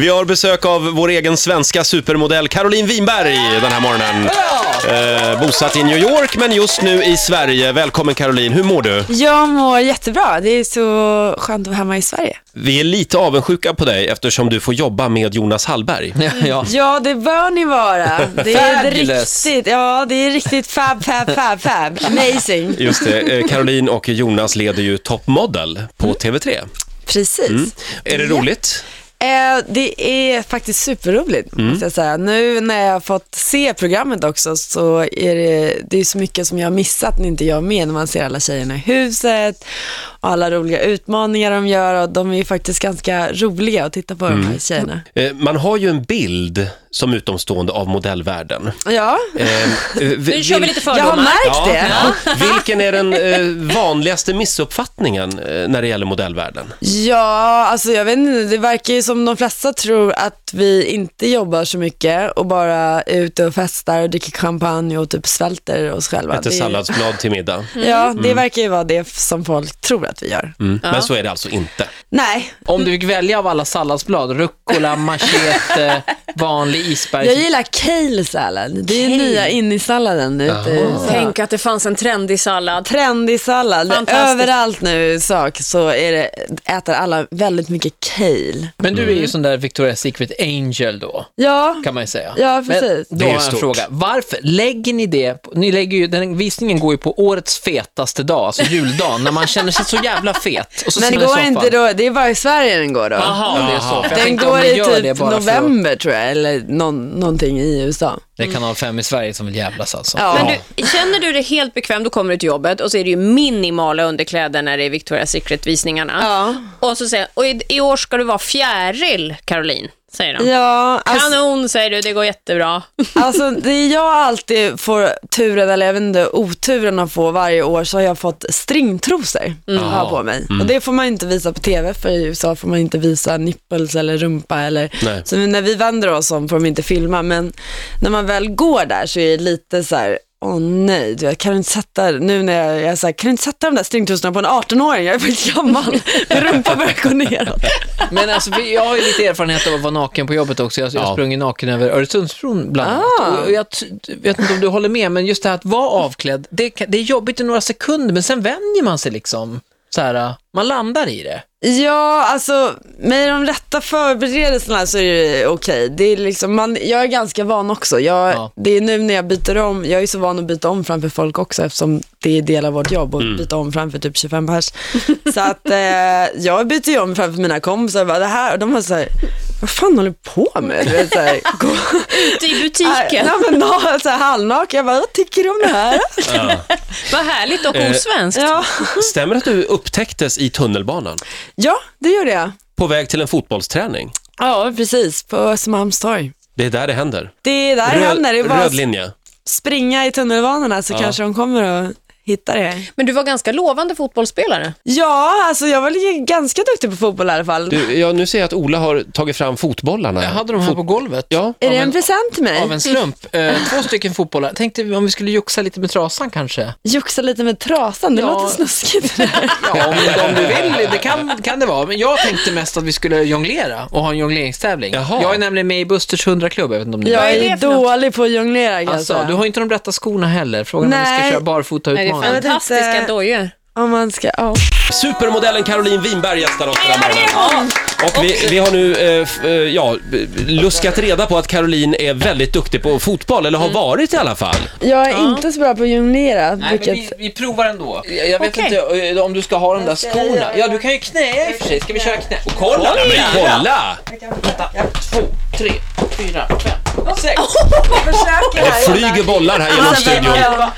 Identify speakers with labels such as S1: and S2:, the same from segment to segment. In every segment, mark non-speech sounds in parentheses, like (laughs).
S1: Vi har besök av vår egen svenska supermodell Caroline Winberg den här morgonen. Eh, bosatt i New York men just nu i Sverige. Välkommen Caroline, hur mår du?
S2: Jag mår jättebra. Det är så skönt att vara hemma i Sverige.
S1: Vi är lite avundsjuka på dig eftersom du får jobba med Jonas Hallberg.
S3: Ja, (laughs) ja.
S2: Ja, det bör ni vara. Det är
S3: Fabulous.
S2: riktigt, ja, det är riktigt fab, fab, fab, fab. Amazing.
S1: Just det, eh, Caroline och Jonas leder ju Top Model på
S4: Mm.
S1: TV3.
S2: Precis.
S1: Är det roligt?
S2: Eh, det är faktiskt superroligt, måste jag säga. Nu när jag har fått se programmet också så är det, det är så mycket som jag har missat när inte jag är med, när man ser alla tjejerna i huset och alla roliga utmaningar de gör och de är ju faktiskt ganska roliga att titta på, de här tjejerna.
S1: Eh, man har ju en bild som utomstående av modellvärlden. Eh,
S2: Ja,
S1: Nu
S4: Nu kör vi lite
S2: jag har
S4: fördomar.
S2: märkt det.
S1: Vilken är den eh, vanligaste missuppfattningen eh, när det gäller modellvärlden?
S2: Ja, alltså jag vet inte. Det verkar ju som de flesta tror att vi inte jobbar så mycket och bara är ute och festar och dricker champagne och typ svälter oss själva.
S1: Äter
S2: Det-
S1: salladsblad till middag.
S2: Ja, det verkar ju vara det som folk tror att vi gör.
S1: Mm. Men så är det alltså inte.
S2: Nej,
S3: Om du fick välja av alla salladsblad,
S2: (laughs)
S3: rucola, machete, vanlig isberg.
S2: jag gillar kale salad. Det är nya in i salladen ute i USA.
S4: Tänk att det fanns en trendig sallad.
S2: Trendig sallad.
S4: Fantastiskt.
S2: Överallt nu i USA så är det, äter alla väldigt mycket kale.
S3: Men du är ju sån där Victoria's Secret Angel då,
S2: Ja,
S3: kan man ju säga.
S2: Ja, precis.
S3: Men
S1: Det
S3: då
S1: är ju
S3: har jag en
S1: stort.
S3: fråga. Varför lägger ni det, på- ni lägger ju, den visningen går ju på årets fetaste dag, alltså juldagen, när man känner sig så jävla fet. Och så
S2: men
S3: sitter
S2: det
S3: man i
S2: går
S3: soffan.
S2: inte då. Det är bara i Sverige den går då.
S3: Jaha, det är så. För jag
S2: Den
S3: tänkte om
S2: går
S3: ni
S2: i
S3: gör det
S2: typ
S3: bara för att-
S2: november tror jag, eller någon, någonting i USA.
S3: Det är kanal 5 i Sverige som vill jävlas alltså.
S2: Ja.
S4: Men du, känner du dig helt bekväm, då kommer du till jobbet och så är det ju minimala underkläder när det är Victoria's Secret-visningarna.
S2: Ja.
S4: Och så säger och i, i år ska du vara fjäril, Caroline, säger de.
S2: Ja, alltså,
S4: Kanon, säger du, det går jättebra.
S2: alltså det jag alltid får turen, eller jag vet inte, oturen att få varje år så har jag fått stringtrosor att ha på mig. Och det får man inte visa på TV för i USA får man inte visa nipples eller rumpa eller
S1: Nej.
S2: så när vi vänder oss om får de inte filma men när man väl går där så är det lite så här Åh nej, du, vet, kan du inte sätta, nu när jag, jag är så här, kan du inte sätta de där stringtrosorna på en 18-åring? Jag är faktiskt gammal, min rumpa börjar gå neråt.
S3: Men alltså, för jag har ju lite erfarenhet av att vara naken på jobbet också. Jag jag har
S1: Ja.
S3: sprungit naken över Öresundsbron bland annat.
S2: Ah.
S3: Och jag t- vet inte om du håller med, men just det här att vara avklädd, det, kan- det är jobbigt i några sekunder, men sen vänjer man sig liksom. Så här, man landar i det.
S2: Ja, alltså med de rätta förberedelserna så är det okej. Det är liksom, man, jag är ganska van också. Jag,
S3: Ja.
S2: Det är nu när jag byter om, jag är så van att byta om framför folk också eftersom det är del av vårt jobb att byta om framför typ 25 pers. Så att eh, jag byter ju om framför mina kompisar och bara, det här, och de var så här, vad fan håller du på med? Du vet, så här, gå,
S4: Ute i butiken.
S2: Nej, men, no, så här, halvnaken, jag bara, vad tycker du om det här?
S4: Vad härligt och osvenskt.
S2: Ja,
S1: Stämmer det att du upptäcktes i tunnelbanan
S2: ja det gjorde jag.
S1: på väg till en fotbollsträning?
S2: Ja, precis, på Östermalms torg.
S1: Det är där det händer.
S2: Det är där det
S1: Röd-
S2: händer. Det är bara
S1: röd linje.
S2: springa i tunnelbanorna så kanske de kommer och hitta det.
S4: Men du var ganska lovande fotbollsspelare.
S2: Ja, alltså jag var li- ganska duktig på fotboll i alla fall.
S1: Du, ja, nu ser jag att Ola har tagit fram fotbollarna.
S3: Jag hade de här på golvet.
S1: Ja.
S2: är
S3: av
S2: det
S3: en-
S2: en present till mig?
S3: Av en slump. Eh, två stycken fotbollar. Tänkte om vi skulle joxa lite med trasan kanske?
S2: Juxa lite med trasan, det
S3: Ja.
S2: låter (laughs) snuskigt. det där.
S3: Ja, om, om du vill. Det kan, kan det vara. Men jag tänkte mest att vi skulle jonglera och ha en jongleringstävling.
S1: Jaha.
S3: Jag är nämligen med i Busters 100-klubb, jag vet inte om ni
S2: jag
S4: är
S2: är,
S4: det för något?
S2: dålig på att jonglera kan jag
S3: Alltså,
S2: säga.
S3: du har ju inte de rätta skorna heller. Frågan är om vi
S2: Nej.
S3: ska köra barfota
S4: Nej, det är
S3: utmaning.
S2: vet inte.
S4: fantastiska dojor.
S2: Om man ska, ja.
S1: Supermodellen Caroline Winberg gästar oss den här morgonen.
S4: Ja.
S1: Och vi, vi har nu eh, f- eh, ja, b- luskat reda på att Caroline är väldigt duktig på fotboll,
S2: Mm.
S1: eller har varit i alla fall.
S2: Jag är inte så bra på att jonglera, vilket...
S3: provar ändå. Jag, jag vet
S4: Okej.
S3: inte eh, om du ska ha de där skorna. Ja, du kan ju knäa i och för sig. Ska vi köra knä? Och kolla!
S1: Ja, men kolla!
S3: Två, tre, fyra, fem, sex.
S1: Det flyger bollar här genom
S2: Alltså,
S1: studion.
S3: elva.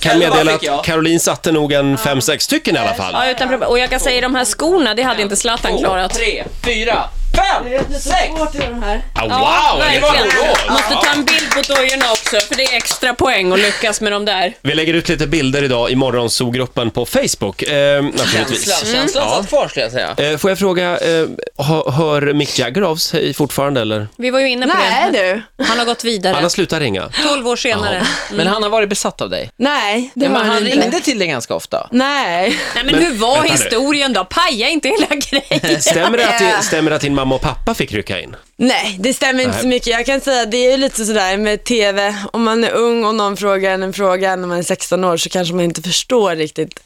S1: Kan
S3: Elva
S1: meddela
S3: fick jag.
S1: att Caroline satte nog en 5-6 stycken i alla fall.
S4: Ja, utan problem. Och jag kan säga de här skorna, det hade inte Zlatan klarat.
S3: tre, fyra, fem, sex.
S1: Ah,
S4: Ja,
S1: wow, det var en
S4: verkligen.
S1: applåd!
S4: Måste ta en bild på dojorna också, för det är extra poäng att lyckas med de där.
S1: Vi lägger ut lite bilder idag i morgonsogruppen på Facebook, eh, naturligtvis.
S3: Känslan satt kvar skulle jag säga.
S1: Eh, får jag fråga, eh, ha- hör Mick Jagger av sig fortfarande eller?
S4: Vi var ju inne på
S2: Nej
S4: det.
S2: du.
S4: Han har gått vidare.
S1: Han har slutat ringa.
S4: 12 år senare.
S3: Men han har varit besatt av dig.
S2: Nej, det
S3: Ja,
S2: var
S3: men han
S2: han inte.
S3: ringde till dig ganska ofta.
S2: Nej.
S4: Nej, men hur var
S1: vänta nu.
S4: historien då? Paja inte hela grejen.
S1: Eh, Stämmer det att,
S2: Ja.
S1: stämmer det att din mamma och pappa fick rycka in?
S2: Nej, det stämmer inte
S1: Nej.
S2: så mycket. Jag kan säga det är ju lite sådär med TV, om man är ung och någon frågar en en fråga när man är 16 år så kanske man inte förstår riktigt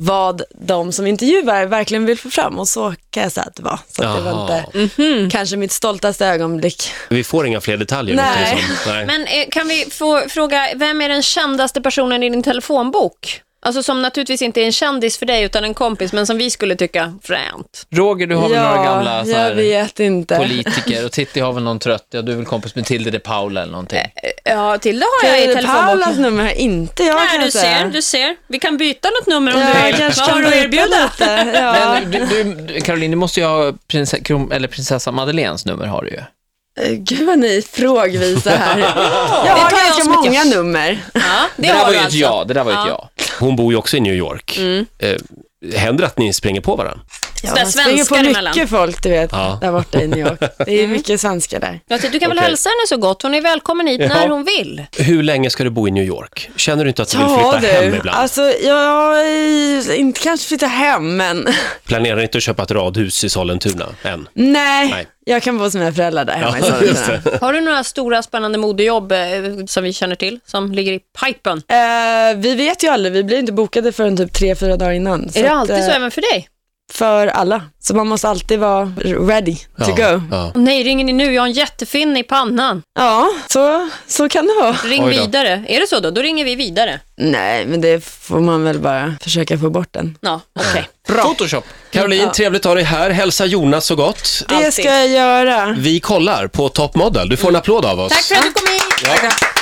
S2: vad de som intervjuar verkligen vill få fram och så kan jag säga att det var. Så att det var
S1: Jaha.
S2: inte
S3: Mhm.
S2: kanske mitt stoltaste ögonblick.
S1: Vi får inga fler detaljer. låter det
S2: Nej.
S1: (laughs) som. Nej.
S4: Men eh, kan vi få fråga, vem är den kändaste personen i din telefonbok? Alltså som naturligtvis inte är en kändis för dig utan en kompis, men som vi skulle tycka fränt.
S3: Roger, du har väl några gamla så
S2: jag
S3: här,
S2: vet inte.
S3: politiker och Titti har väl någon trött, ja du är väl kompis med Tilde de Paula eller någonting.
S4: Eh, Ja, Tilda har jag i
S2: Tilde
S4: telefonboken.
S2: Eh, Paulas nummer har inte jag
S4: Nej,
S2: kan
S4: du
S2: jag
S4: ser,
S2: säga.
S4: du ser. Vi kan byta något nummer om
S2: Ja,
S4: du
S2: jag
S4: vill.
S2: kanske
S4: Vad har
S2: kan
S4: du att
S2: byta
S4: erbjuda?
S2: lite. Ja.
S3: Men du, du, du, Caroline, du måste ju ha prins, kron- eller prinsessa Madeleines nummer har du ju.
S2: Eh, Gud vad ni är frågvisa här. Jag
S4: Det
S2: har
S4: tar jag
S2: ganska
S4: som ett
S2: många
S4: ja.
S2: nummer.
S4: Ja, det,
S3: Det, där
S4: har
S3: var
S4: du
S3: ju ett
S4: alltså.
S3: ja, det där var ju ett
S4: Ja.
S3: ja.
S1: Hon bor ju också i New York. Eh, händer det att ni springer på varandra?
S2: Ja,
S4: Sådär
S2: man springer på
S4: svenskar emellan. Mm.
S2: mycket folk du vet,
S1: Ja.
S2: där borta i New York. Det är mycket svenskar där.
S4: Jag tycker, Du kan väl
S1: Okej.
S4: hälsa henne så gott. Hon är välkommen hit
S1: Ja.
S4: när hon vill.
S1: Hur länge ska du bo i New York? Känner du inte att du vill
S2: Ja
S1: flytta hem
S2: du,
S1: ibland?
S2: alltså jag, är- inte kanske flytta hem men (laughs)
S1: Planerar inte att köpa ett radhus i Sollentuna än?
S2: nej,
S1: Nej.
S2: jag kan bo hos mina föräldrar där hemma i
S1: (laughs) just
S2: Sollentuna.
S1: det.
S4: Har du några stora spännande modejobb eh, som vi känner till, som ligger i pipen?
S2: Eh, vi vet ju aldrig, vi blir inte bokade förrän typ tre, fyra dagar innan.
S4: är det
S2: att,
S4: alltid så
S2: eh,
S4: även för dig?
S2: För alla, så man måste alltid vara ready to
S1: Ja,
S2: go.
S1: ja.
S4: Åh, nej, ringer ni nu? Jag har en jättefinn i pannan.
S2: Ja, så, så kan det vara.
S4: Ring
S1: Oj då.
S4: vidare. Är det så då? Då ringer vi vidare.
S2: Nej, men det får man väl bara försöka få bort den.
S4: Ja, okej.
S3: Bra. Photoshop.
S1: Caroline, trevligt att ha dig här. Hälsa Jonas så gott.
S2: Det
S4: Alltid.
S2: ska jag göra.
S1: Vi kollar på Top Model. Du får en applåd av oss.
S4: Tack för att du kom hit!
S1: Ja.